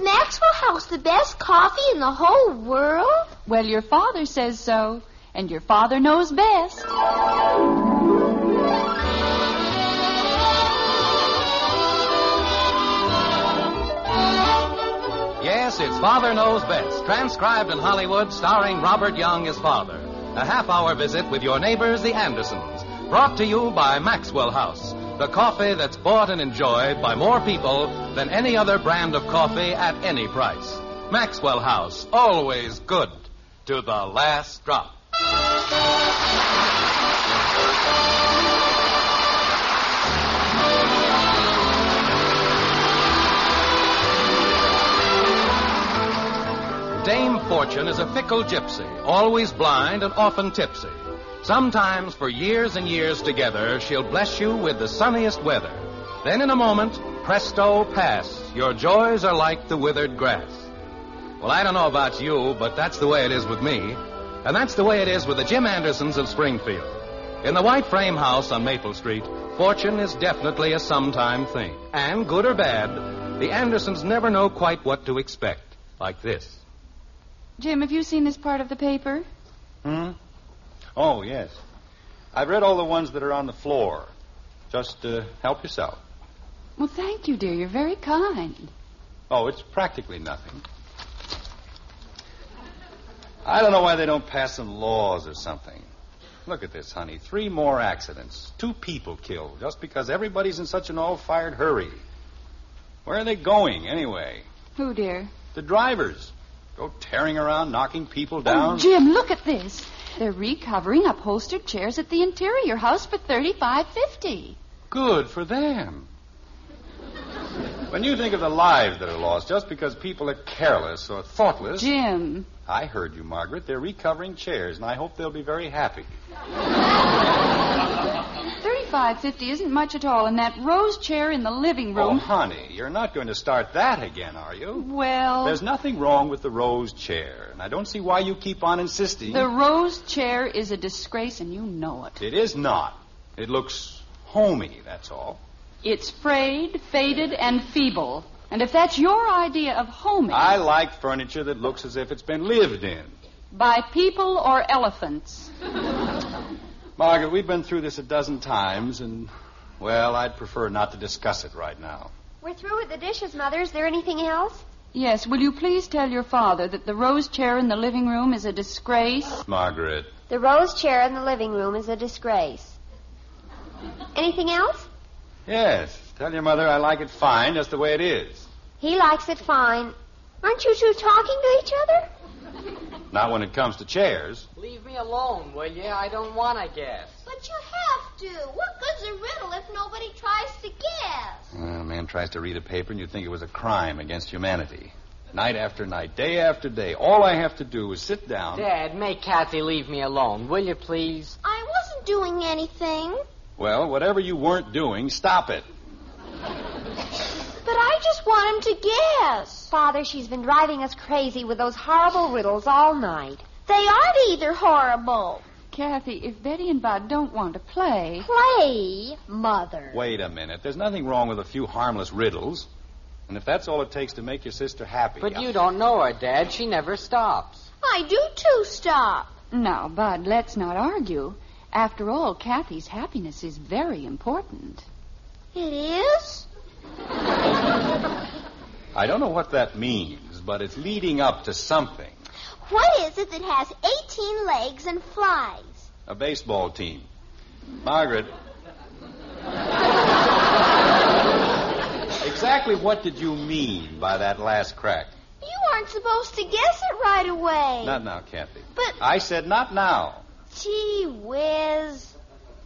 Maxwell House the best coffee in the whole world? Well, your father says so, and your father knows best. Yes, it's Father Knows Best, transcribed in Hollywood, starring Robert Young as father. A half hour visit with your neighbors, the Andersons, brought to you by Maxwell House, the coffee that's bought and enjoyed by more people than any other brand of coffee at any price. Maxwell House, always good to the last drop. Dame Fortune is a fickle gypsy, always blind and often tipsy. Sometimes for years and years together, she'll bless you with the sunniest weather. Then in a moment, presto, pass. Your joys are like the withered grass. Well, I don't know about you, but that's the way it is with me. And that's the way it is with the Jim Andersons of Springfield. In the white frame house on Maple Street, fortune is definitely a sometime thing. And good or bad, the Andersons never know quite what to expect. Like this. Jim, have you seen this part of the paper? Hmm? Oh, yes. I've read all the ones that are on the floor. Just uh, help yourself. Well, thank you, dear. You're very kind. Oh, it's practically nothing. I don't know why they don't pass some laws or something. Look at this, honey. Three more accidents. Two people killed just because everybody's in such an all fired hurry. Where are they going, anyway? Who, dear? The drivers. Go tearing around, knocking people down. Oh, Jim, look at this. They're recovering upholstered chairs at the interior house for thirty-five fifty. Good for them. when you think of the lives that are lost just because people are careless or thoughtless. Jim. I heard you, Margaret. They're recovering chairs, and I hope they'll be very happy. Thirty-five fifty isn't much at all, and that rose chair in the living room. Oh, honey, you're not going to start that again, are you? Well, There's nothing wrong with the rose chair, and I don't see why you keep on insisting. the rose chair is a disgrace, and you know it. It is not. It looks homey, that's all. It's frayed, faded, and feeble. And if that's your idea of homing, I like furniture that looks as if it's been lived in. by people or elephants. Margaret, we've been through this a dozen times, and, well, I'd prefer not to discuss it right now. We're through with the dishes, Mother. Is there anything else? Yes, will you please tell your father that the rose chair in the living room is a disgrace? Margaret, The rose chair in the living room is a disgrace. Anything else? yes, tell your mother I like it fine just the way it is. He likes it fine. Aren't you two talking to each other? Not when it comes to chairs. Leave me alone, will you? I don't want to guess. But you have to. What good's a riddle if nobody tries to guess? Uh, a man tries to read a paper and you'd think it was a crime against humanity. Night after night, day after day, all I have to do is sit down. Dad, make Kathy leave me alone, will you please? I wasn't doing anything. Well, whatever you weren't doing, stop it. But I just want him to guess. Father, she's been driving us crazy with those horrible riddles all night. They aren't either horrible. Kathy, if Betty and Bud don't want to play, Play, Mother. Wait a minute. There's nothing wrong with a few harmless riddles. And if that's all it takes to make your sister happy. But you don't know her, Dad. She never stops. I do too, stop. now, Bud, let's not argue. After all, Kathy's happiness is very important. It is? I don't know what that means, but it's leading up to something. What is it that has 18 legs and flies? A baseball team. Margaret. exactly what did you mean by that last crack? You aren't supposed to guess it right away. Not now, Kathy. But, I said not now. gee whiz.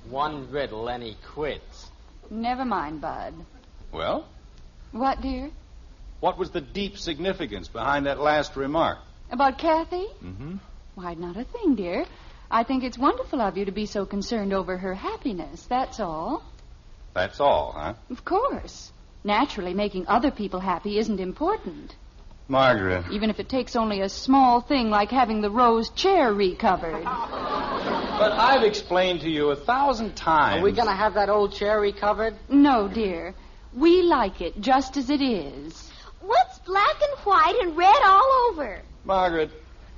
One riddle and he quits. Never mind, Bud. Well, What, dear? what was the deep significance behind that last remark? About Kathy? Mm-hmm. Why, not a thing, dear. I think it's wonderful of you to be so concerned over her happiness, that's all. That's all, huh? Of course. Naturally, making other people happy isn't important, Margaret. even if it takes only a small thing like having the rose chair recovered. But I've explained to you a thousand times. Are we going to have that old chair recovered? No, dear. We like it just as it is. What's black and white and red all over? Margaret,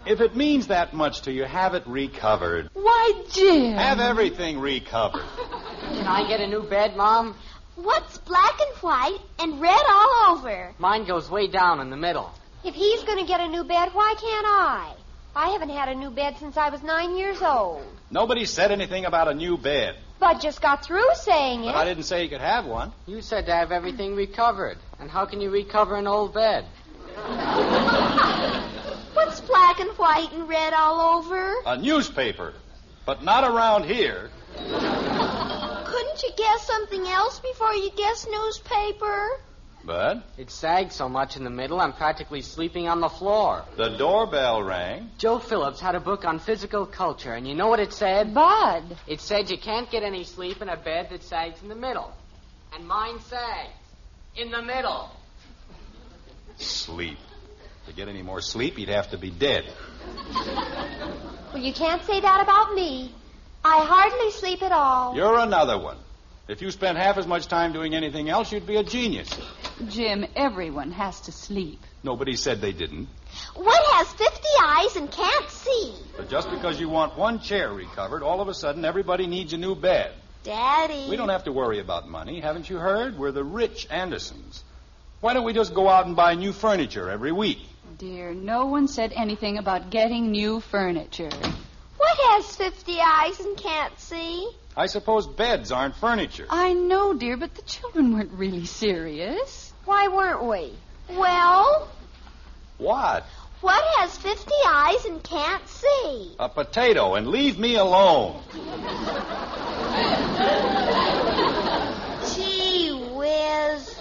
if it means that much to you, have it recovered. Why, Jim? Have everything recovered. Can I get a new bed, Mom? What's black and white and red all over? Mine goes way down in the middle. If he's going to get a new bed, why can't I? I haven't had a new bed since I was nine years old. Nobody said anything about a new bed. Bud just got through saying But I it. didn't say you could have one. You said to have everything recovered. And how can you recover an old bed? What's black and white and red all over? A newspaper. But not around here. Couldn't you guess something else before you guess newspaper? Bud, It sags so much in the middle, I'm practically sleeping on the floor. the doorbell rang. Joe Phillips had a book on physical culture, and you know what it said? Bud. It said you can't get any sleep in a bed that sags in the middle. And mine sags. In the middle. Sleep. To get any more sleep, you'd have to be dead. Well, you can't say that about me. I hardly sleep at all. You're another one. If you spent half as much time doing anything else, you'd be a genius. Jim, everyone has to sleep. Nobody said they didn't. What has 50 eyes and can't see? But just because you want one chair recovered, all of a sudden everybody needs a new bed. Daddy. We don't have to worry about money, haven't you heard? We're the rich Andersons. Why don't we just go out and buy new furniture every week? Dear, no one said anything about getting new furniture. What has 50 eyes and can't see? I suppose beds aren't furniture. I know, dear, but the children weren't really serious. Why weren't we? Well, What? what has 50 eyes and can't see? A potato, and leave me alone. Gee whiz.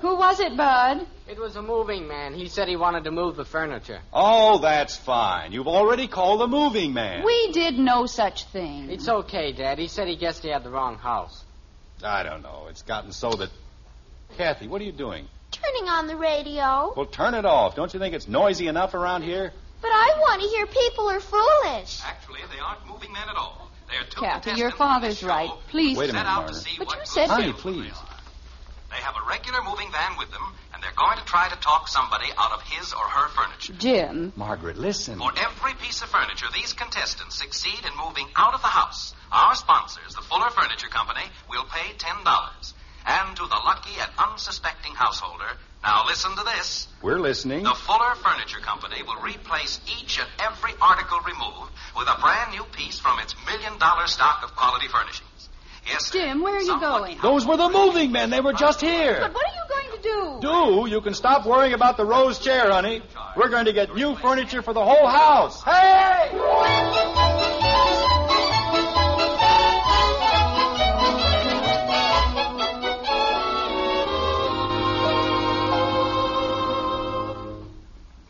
Who was it, Bud? It was a moving man. He said he wanted to move the furniture. Oh, that's fine. You've already called the moving man. We did no such thing. It's okay, Dad. He said he guessed he had the wrong house. I don't know. It's gotten so that. Kathy, what are you doing? Turning on the radio. Well, turn it off. Don't you think it's noisy enough around here? But I want to hear people are foolish. Actually, they aren't moving men at all. They are two Kathy, your father's right. Please. Wait a minute, Margaret. But you said- Honey, please. They have a regular moving van with them, and they're going to try to talk somebody out of his or her furniture. Jim. Margaret, listen. For every piece of furniture these contestants succeed in moving out of the house, our sponsors, the Fuller Furniture Company, will pay $10. And to the lucky and unsuspecting householder, now listen to this. We're listening. The Fuller Furniture Company will replace each and every article removed with a brand new piece from its million dollar stock of quality furnishings. Yes, sir. Jim, where are you Someone- going? Those were the moving men. They were just here. But what are you going to do? Do you can stop worrying about the rose chair, honey. We're going to get new furniture for the whole house. Hey!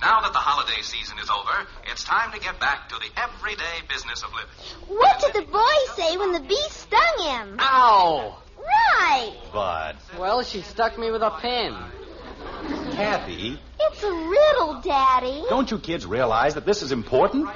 Now that the holiday season is over, it's time to get back to the everyday business of living. What did the boy say when the bee stung him? Ow! Right. Bud. Well, she stuck me with a pin. Kathy, It's a riddle, Daddy. don't you kids realize that this is important?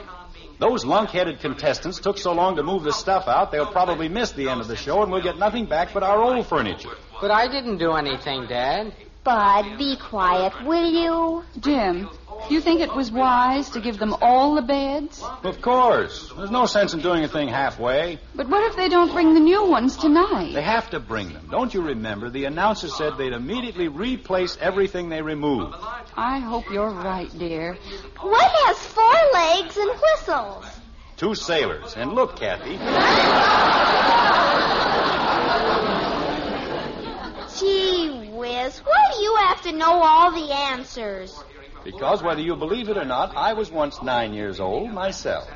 Those lunk-headed contestants took so long to move the stuff out, they'll probably miss the end of the show, and we'll get nothing back but our old furniture. But I didn't do anything, Dad. Bud, be quiet, will you? Jim, you think it was wise to give them all the beds? Of course. There's no sense in doing a thing halfway. But what if they don't bring the new ones They tonight? have to bring them. Don't you remember? The announcer said they'd immediately replace everything they removed. I hope you're right, dear. What has four legs and whistles? Two sailors. And look, Kathy. Gee whiz, why do you have to know all the answers? Because whether you believe it or not, I was once nine years old myself.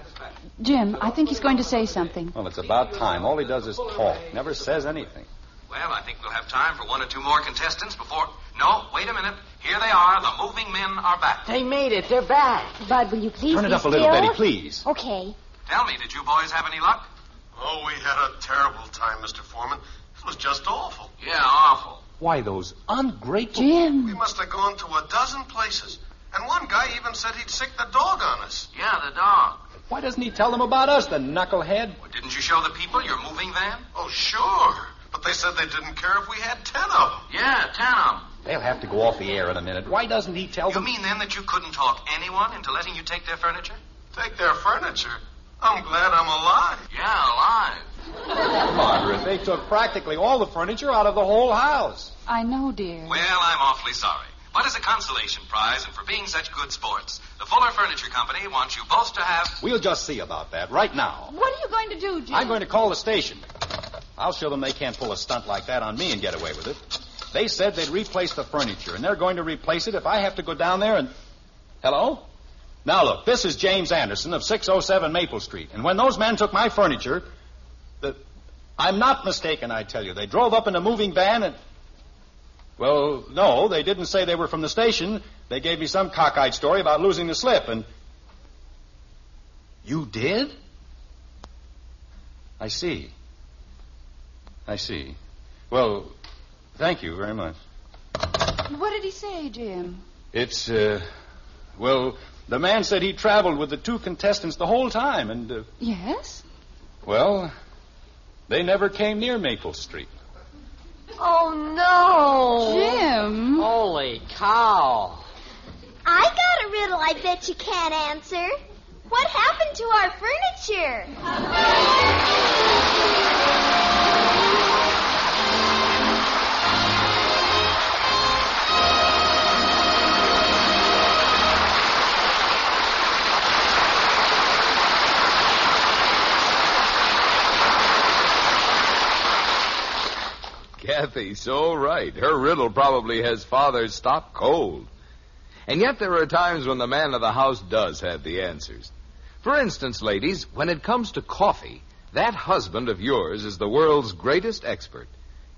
Jim, I think he's going to say something. Well, it's about time. All he does is talk, never says anything. Well, I think we'll have time for one or two more contestants before. No, wait a minute. Here they are. The moving men are back. They made it. They're back. Bud, will you please Turn it be up a little, still? Betty, please. Okay. Tell me, did you boys have any luck? Oh, we had a terrible time, Mr. Foreman. It was just awful. Yeah, awful. Why, those ungrateful. We Jim, must have gone to a dozen places. And one guy even said he'd sick the dog on us. Yeah, the dog. Why doesn't he tell them about us, the knucklehead? Well, didn't you show the people your moving van? Oh, sure. But they said they didn't care if we had ten of them. Yeah, ten of 'em. They'll have to go off the air in a minute. Why doesn't he tell You them? mean then that you couldn't talk anyone into letting you take their furniture? Take their furniture? I'm glad I'm alive. Yeah, alive. Margaret, they took practically all the furniture out of the whole house. I know, dear. Well, I'm awfully sorry. But as a consolation prize and for being such good sports, the Fuller Furniture Company wants you both to have. We'll just see about that right now. What are you going to do, Jim? I'm going to call the station. I'll show them they can't pull a stunt like that on me and get away with it. They said they'd replace the furniture, and they're going to replace it if I have to go down there and. Hello? Now look, this is James Anderson of 607 Maple Street, and when those men took my furniture, the... I'm not mistaken, I tell you. They drove up in a moving van and. Well, no, they didn't say they were from the station. They gave me some cockeyed story about losing the slip, and. You did? I see. I see. Well, thank you very much. What did he say, Jim? It's, uh, well, the man said he traveled with the two contestants the whole time, and, uh, Yes? well, they never came near Maple Street. Oh, no. Jim? Holy cow. I got a riddle I bet you can't answer. What happened to our furniture? Kathy's so right. Her riddle probably has father stop cold. And yet there are times when the man of the house does have the answers. For instance, ladies, when it comes to coffee, that husband of yours is the world's greatest expert.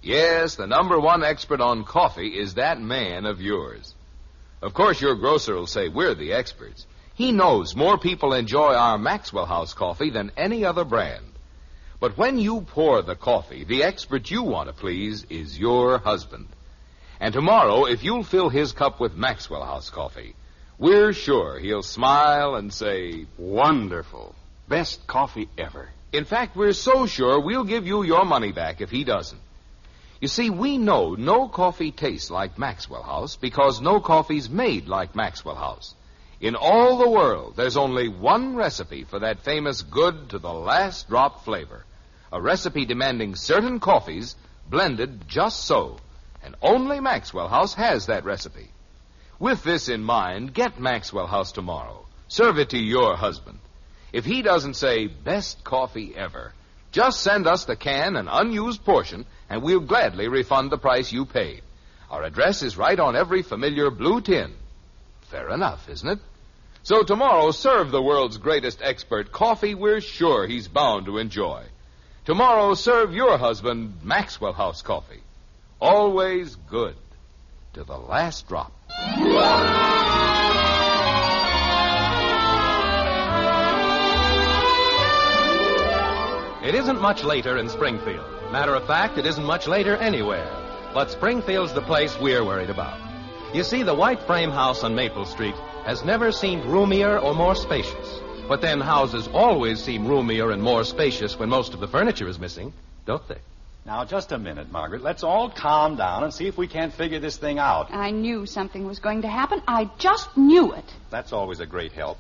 Yes, the number one expert on coffee is that man of yours. Of course, your grocer will say we're the experts. He knows more people enjoy our Maxwell House coffee than any other brand. But when you pour the coffee, the expert you want to please is your husband. And tomorrow, if you'll fill his cup with Maxwell House coffee, we're sure he'll smile and say, Wonderful. Best coffee ever. In fact, we're so sure we'll give you your money back if he doesn't. You see, we know no coffee tastes like Maxwell House because no coffee's made like Maxwell House. In all the world, there's only one recipe for that famous good to the last drop flavor. A recipe demanding certain coffees blended just so. And only Maxwell House has that recipe. With this in mind, get Maxwell House tomorrow. Serve it to your husband. If he doesn't say best coffee ever, just send us the can and unused portion, and we'll gladly refund the price you paid. Our address is right on every familiar blue tin. Fair enough, isn't it? So tomorrow, serve the world's greatest expert coffee we're sure he's bound to enjoy. Tomorrow, serve your husband Maxwell House coffee. Always good. To the last drop. It isn't much later in Springfield. Matter of fact, it isn't much later anywhere. But Springfield's the place we're worried about. You see, the white frame house on Maple Street has never seemed roomier or more spacious. But then houses always seem roomier and more spacious when most of the furniture is missing, don't they? Now, just a minute, Margaret. Let's all calm down and see if we can't figure this thing out. I knew something was going to happen. I just knew it. That's always a great help.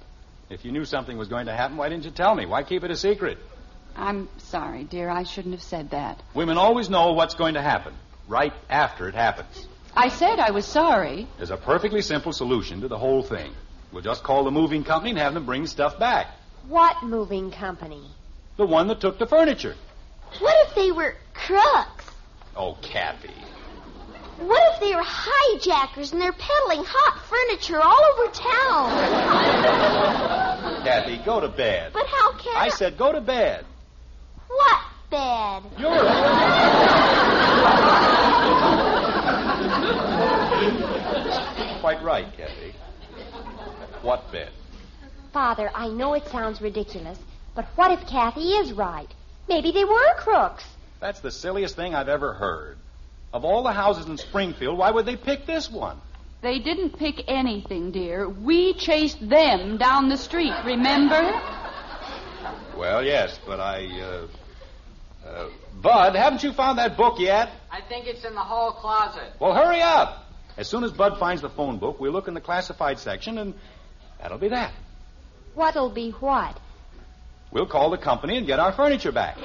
If you knew something was going to happen, why didn't you tell me? Why keep it a secret? I'm sorry, dear. I shouldn't have said that. Women always know what's going to happen right after it happens. I said I was sorry. There's a perfectly simple solution to the whole thing. We'll just call the moving company and have them bring stuff back. What moving company? The one that took the furniture. What if they were crooks? Oh, Kathy. What if they were hijackers and they're peddling hot furniture all over town? Kathy, go to bed. But how can I said go to bed. what bed? You're quite right, Kathy. What bed? Father, I know it sounds ridiculous, but what if Kathy is right? Maybe they were crooks. That's the silliest thing I've ever heard. Of all the houses in Springfield, why would they pick this one? They didn't pick anything, dear. We chased them down the street, remember? Well, yes, but I. Uh, uh, Bud, haven't you found that book yet? I think it's in the hall closet. Well, hurry up. As soon as Bud finds the phone book, we look in the classified section, and that'll be that. What'll be what? We'll call the company and get our furniture back.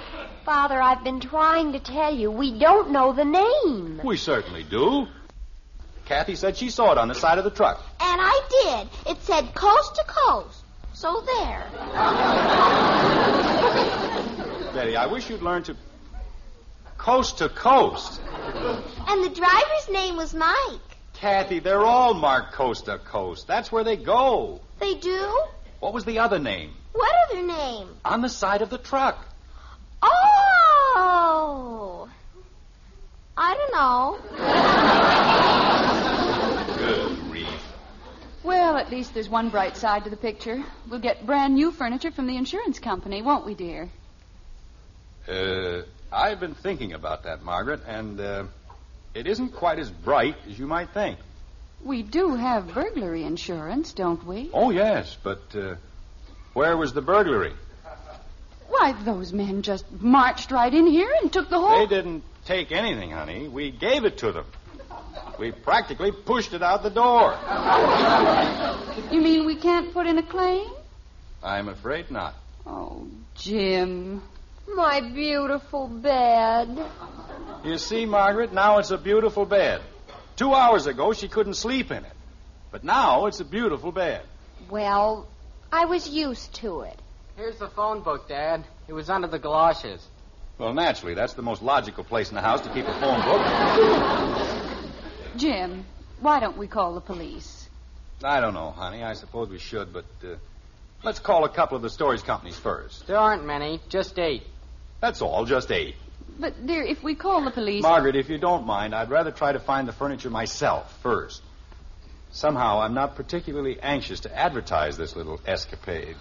Father, I've been trying to tell you, we don't know the name. We certainly do. Kathy said she saw it on the side of the truck. And I did. It said coast to coast. So there. Betty, I wish you'd learn to. Coast to coast. And the driver's name was Mike. Kathy, they're all marked coast to coast. That's where they go. They do? What was the other name? What other name? On the side of the truck. Oh! I don't know. Good grief. Well, at least there's one bright side to the picture. We'll get brand new furniture from the insurance company, won't we, dear? Uh, I've been thinking about that, Margaret, and uh, it isn't quite as bright as you might think. We do have burglary insurance, don't we? Oh, yes, but uh, where was the burglary? Why, those men just marched right in here and took the They whole. didn't take anything, honey. We gave it to them. We practically pushed it out the door. You mean we can't put in a claim? I'm afraid not. Oh, Jim. My beautiful bed. You see, Margaret, now it's a beautiful bed. Two hours ago, she couldn't sleep in it. But now it's a beautiful bed. Well, I was used to it. Here's the phone book, Dad. It was under the galoshes. Well, naturally, that's the most logical place in the house to keep a phone book. Jim, why don't we call the police? I don't know, honey. I suppose we should, but uh, let's call a couple of the storage companies first. There aren't many, just eight. That's all, just eight. But, dear, if we call the police. Margaret, if you don't mind, I'd rather try to find the furniture myself first. Somehow, I'm not particularly anxious to advertise this little escapade.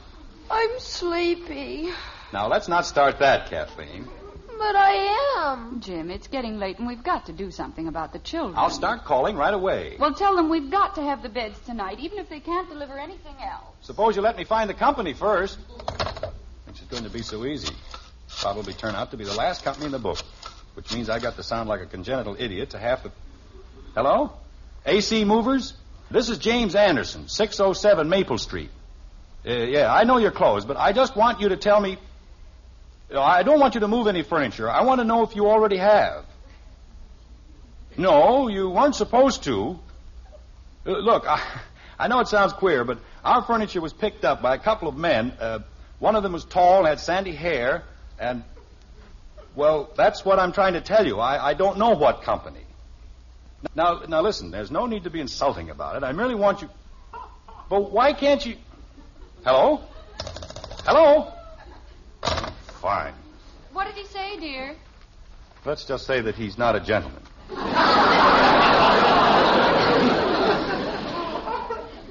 I'm sleepy. Now, let's not start that, Kathleen. But I am. Jim, it's getting late and we've got to do something about the children. I'll start calling right away. Well, tell them we've got to have the beds tonight, even if they can't deliver anything else. Suppose you let me find the company first. Which is going to be so easy. Probably turn out to be the last company in the book, which means I got to sound like a congenital idiot to half the. Hello? AC Movers? This is James Anderson, 607 Maple Street. Uh, yeah, I know you're closed, but I just want you to tell me. Uh, I don't want you to move any furniture. I want to know if you already have. No, you weren't supposed to. Uh, Look, I, I know it sounds queer, but our furniture was picked up by a couple of men. Uh, one of them was tall, had sandy hair, and. Well, that's what I'm trying to tell you. I, I don't know what company. Now, now listen, there's no need to be insulting about it. I merely want you. But why can't you. Hello? Hello? Fine. What did he say, dear? Let's just say that he's not a gentleman.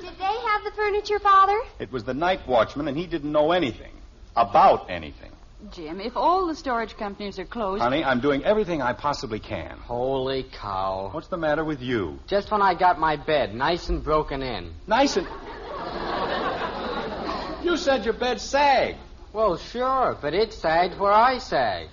Did they have the furniture, Father? It was the night watchman, and he didn't know anything about anything. Jim, if all the storage companies are closed. Honey, I'm doing everything I possibly can. Holy cow. What's the matter with you? Just when I got my bed, nice and broken in. Nice and. You said your bed sagged. Well, sure, but it sagged where I sagged.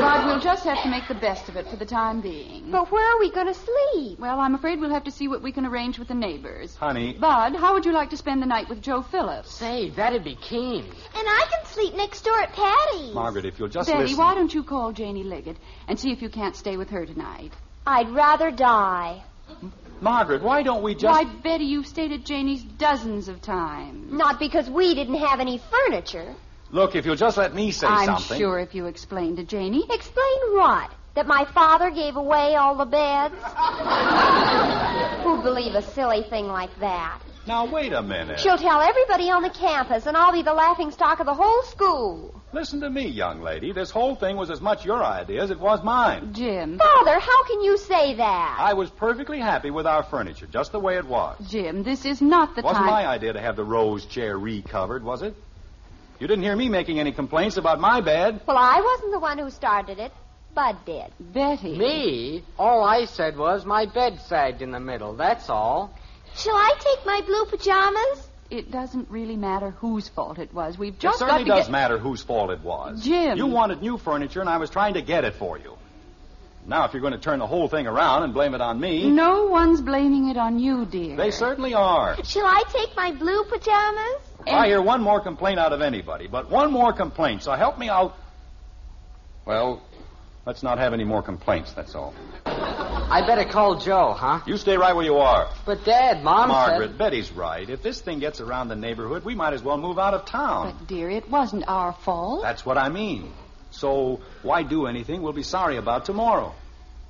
Rod, we'll just have to make the best of it for the time being. But where are we going to sleep? Well, I'm afraid we'll have to see what we can arrange with the neighbors. Honey, Bud, how would you like to spend the night with Joe Phillips? Say, that'd be keen. And I can sleep next door at Patty's. Margaret, if you'll just Betty, listen. why don't you call Janie Liggett and see if you can't stay with her tonight? I'd rather die. Margaret, why don't we just. Why, Betty, you've stayed at Janie's dozens of times. Not because we didn't have any furniture. Look, if you'll just let me say I'm something. sure if you explain to Janie. Explain what? That my father gave away all the beds? Who'd believe a silly thing like that? Now, wait a minute. She'll tell everybody on the campus, and I'll be the laughing stock of the whole school. Listen to me, young lady. This whole thing was as much your idea as it was mine. Jim, Father, how can you say that? I was perfectly happy with our furniture, just the way it was. Jim, this is not the Wasn't time. my idea to have the rose chair recovered, was it? You didn't hear me making any complaints about my bed. Well, I wasn't the one who started it. Bud did. Betty. Me? All I said was my bed sagged in the middle, that's all. Shall I take my blue pajamas? It doesn't really matter whose fault it was. We've just it certainly got to does get... matter whose fault it was. Jim. You wanted new furniture, and I was trying to get it for you. Now, if you're going to turn the whole thing around and blame it on me, No one's blaming it on you, dear. they certainly are. Shall I take my blue pajamas? If I hear one more complaint out of anybody, but one more complaint, so help me out. Well, let's not have any more complaints, that's all. I better call Joe, huh? You stay right where you are. But Dad, Mom Margaret, said. Betty's right. If this thing gets around the neighborhood, we might as well move out of town. But, dear, it wasn't our fault. That's what I mean. So why do anything we'll be sorry about tomorrow?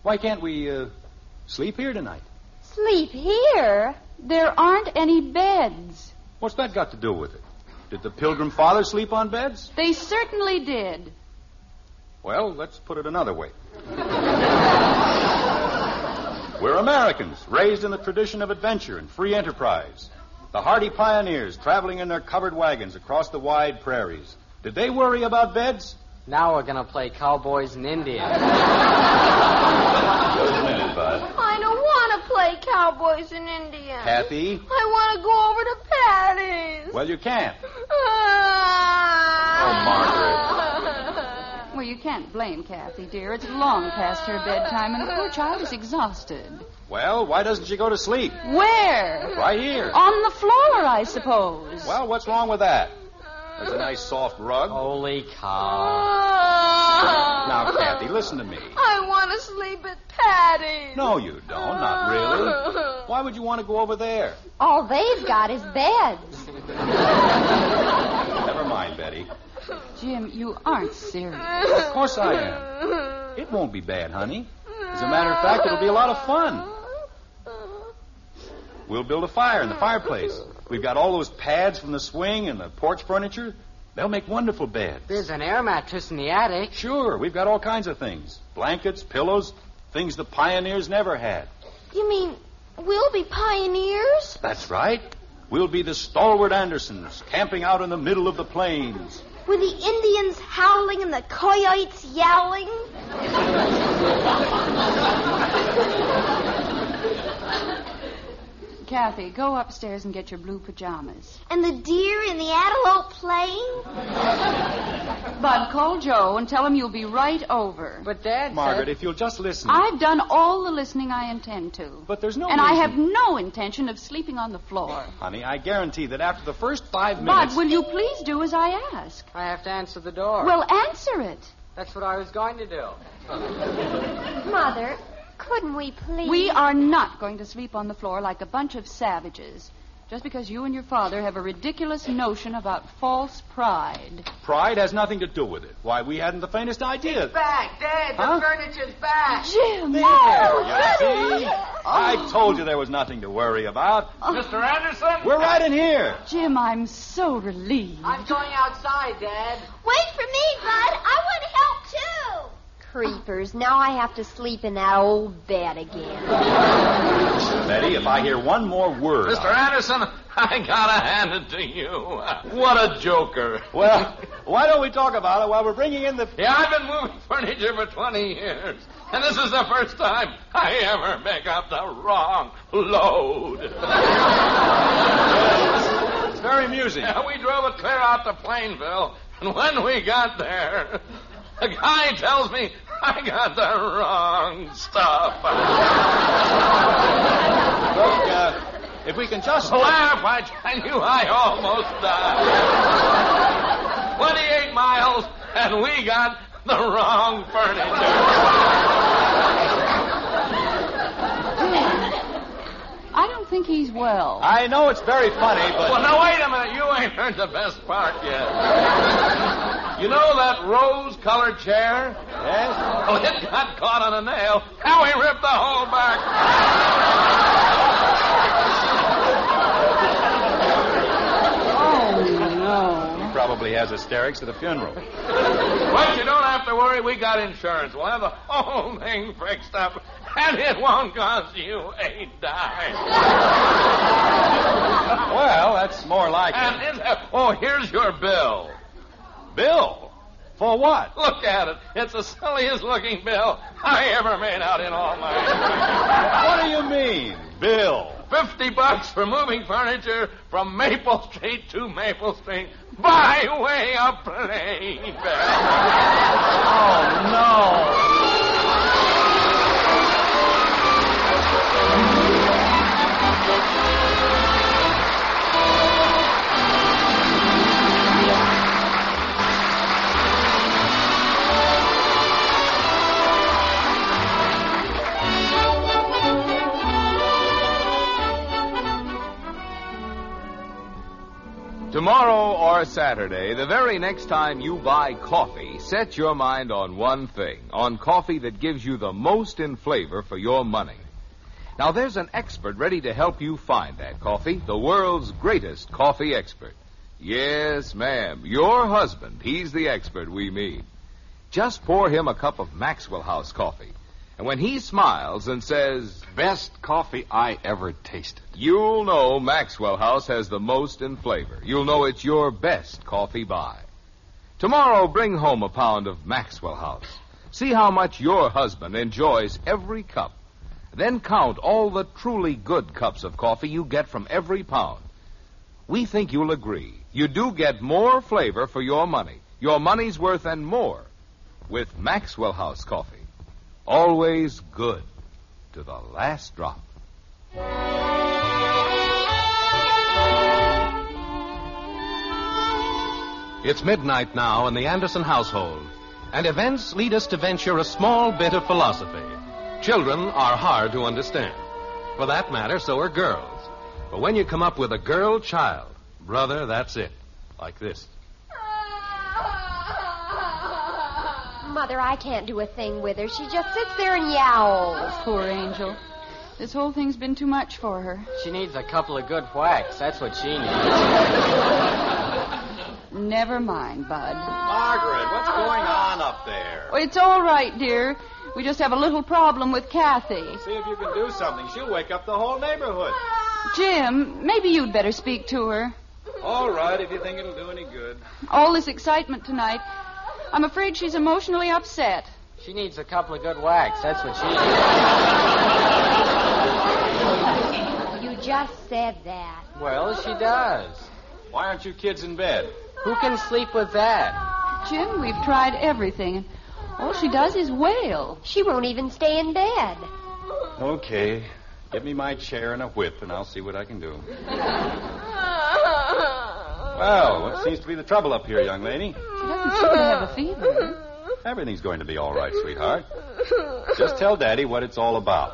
Why can't we uh, sleep here tonight? Sleep here? There aren't any beds. What's that got to do with it? Did the Pilgrim Fathers sleep on beds? They certainly did. Well, let's put it another way. We're Americans, raised in the tradition of adventure and free enterprise. The hardy pioneers traveling in their covered wagons across the wide prairies. Did they worry about beds? Now we're gonna play cowboys and Indians. Just a minute, Bud. I don't want to play cowboys in India. Kathy? I want to go over to Patty's. Well, you can't. Oh, Well, you can't blame Kathy, dear. It's long past her bedtime, and the poor child is exhausted. Well, why doesn't she go to sleep? Where? Right here. On the floor, I suppose. Well, what's wrong with that? There's a nice soft rug. Holy cow. Now, Kathy, listen to me. Oh. I want to sleep at Patty's. No, you don't. Not really. Why would you want to go over there? All they've got is beds. Never mind, Betty. Jim, you aren't serious. Of course I am. It won't be bad, honey. As a matter of fact, it'll be a lot of fun. We'll build a fire in the fireplace. We've got all those pads from the swing and the porch furniture. They'll make wonderful beds. There's an air mattress in the attic. Sure, we've got all kinds of things blankets, pillows, things the pioneers never had. You mean we'll be pioneers? That's right. We'll be the stalwart Andersons, camping out in the middle of the plains. With the Indians howling and the coyotes yowling? Kathy, go upstairs and get your blue pajamas. And the deer in the antelope playing? Bud, call Joe and tell him you'll be right over. But Dad Margaret, said. if you'll just listen. I've done all the listening I intend to. Mm-hmm. But there's no and I reason- have no intention of sleeping on the floor. Honey, I guarantee that after the first five minutes. Bud, will you please do as I ask? I have to answer the door. Well, answer it. That's what I was going to do. Mother, couldn't we please? We are not going to sleep on the floor like a bunch of savages. Just because you and your father have a ridiculous notion about false pride. Pride has nothing to do with it. Why, we hadn't the faintest idea. Back, Dad, the Huh? furniture's back. Jim! There, you see? I told you there was nothing to worry about. Mr. Anderson? We're right in here. Jim, I'm so relieved. I'm going outside, Dad. Wait for me, Bud. I want to help too. Creepers. Now I have to sleep in that old bed again. Betty, if I hear one more word. Mr. Anderson, I gotta hand it to you. What a joker. Well, why don't we talk about it while we're bringing in the. Yeah, I've been moving furniture for 20 years, and this is the first time I ever make up the wrong load. It's very amusing. Yeah, we drove it clear out to Plainville, and when we got there, the guy tells me I got the wrong stuff. Look, uh, if we can just. Oh. Laugh, I tell you, I almost died. 28 miles, and we got the wrong furniture. I don't think he's well. I know it's very funny, but. Well, now, wait a minute. You ain't heard the best part yet. You know that rose-colored chair? Yes? Well, it got caught on a nail, and we ripped the whole back. Oh, He probably has hysterics at a funeral. But you don't have to worry. We got insurance. We'll have the whole thing fixed up, and it won't cost you a dime. Well, that's more like it. And it, oh, here's your bill. Bill? For what? Look at it. It's the silliest looking bill I ever made out in all my life. What do you mean, Bill? Fifty bucks for moving furniture from Maple Street to Maple Street by way of Plainville. Oh, no. Tomorrow or Saturday, the very next time you buy coffee, set your mind on one thing on coffee that gives you the most in flavor for your money. Now, there's an expert ready to help you find that coffee, the world's greatest coffee expert. Yes, ma'am, your husband. He's the expert we mean. Just pour him a cup of Maxwell House coffee. And when he smiles and says, Best coffee I ever tasted. You'll know Maxwell House has the most in flavor. You'll know it's your best coffee buy. Tomorrow, bring home a pound of Maxwell House. See how much your husband enjoys every cup. Then count all the truly good cups of coffee you get from every pound. We think you'll agree. You do get more flavor for your money, your money's worth and more, with Maxwell House coffee. Always good to the last drop. It's midnight now in the Anderson household, and events lead us to venture a small bit of philosophy. Children are hard to understand. For that matter, so are girls. But when you come up with a girl child, brother, that's it. Like this. Mother, I can't do a thing with her. She just sits there and yowls. Poor Angel. This whole thing's been too much for her. She needs a couple of good whacks. That's what she needs. Never mind, Bud. Margaret, what's going on up there? Oh, it's all right, dear. We just have a little problem with Kathy. See if you can do something. She'll wake up the whole neighborhood. Jim, maybe you'd better speak to her. All right, if you think it'll do any good. All this excitement tonight. I'm afraid she's emotionally upset. She needs a couple of good whacks. That's what she needs. You just said that. Well, she does. Why aren't you kids in bed? Who can sleep with that? Jim, we've tried everything. All she does is wail. She won't even stay in bed. Okay. Get me my chair and a whip, and I'll see what I can do. well, what seems to be the trouble up here, young lady? She doesn't seem to have a fever. Everything's going to be all right, sweetheart. Just tell Daddy what it's all about.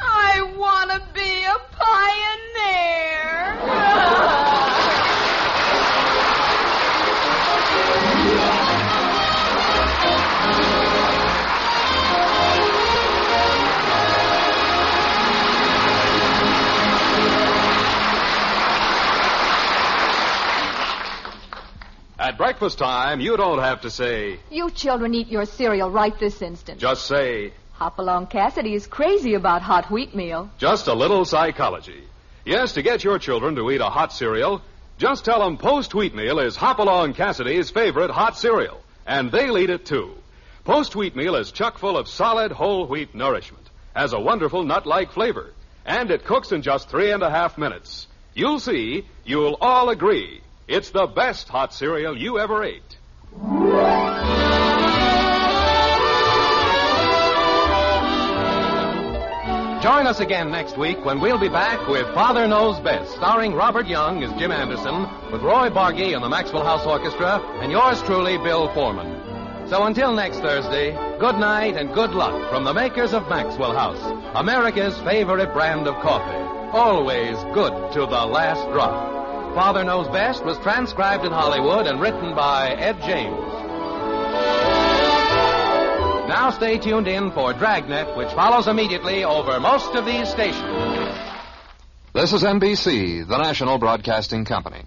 I want to be a pioneer. At breakfast time, you don't have to say, You children eat your cereal right this instant. just say, Hopalong Cassidy is crazy about hot wheat meal. just a little psychology. Yes, to get your children to eat a hot cereal, just tell them Post Wheat Meal is Hopalong Cassidy's favorite hot cereal, and they'll eat it too. Post Wheat Meal is chock full of solid whole wheat nourishment, has a wonderful nut like flavor, and it cooks in just three and a half minutes. You'll see, you'll all agree, it's the best hot cereal you ever ate. Join us again next week when we'll be back with Father Knows Best, starring Robert Young as Jim Anderson, with Roy Bargy and the Maxwell House Orchestra, and yours truly, Bill Foreman. So until next Thursday, good night and good luck from the makers of Maxwell House, America's favorite brand of coffee. Always good to the last drop. Father Knows Best was transcribed in Hollywood and written by Ed James. Now stay tuned in for Dragnet, which follows immediately over most of these stations. This is NBC, the national broadcasting company.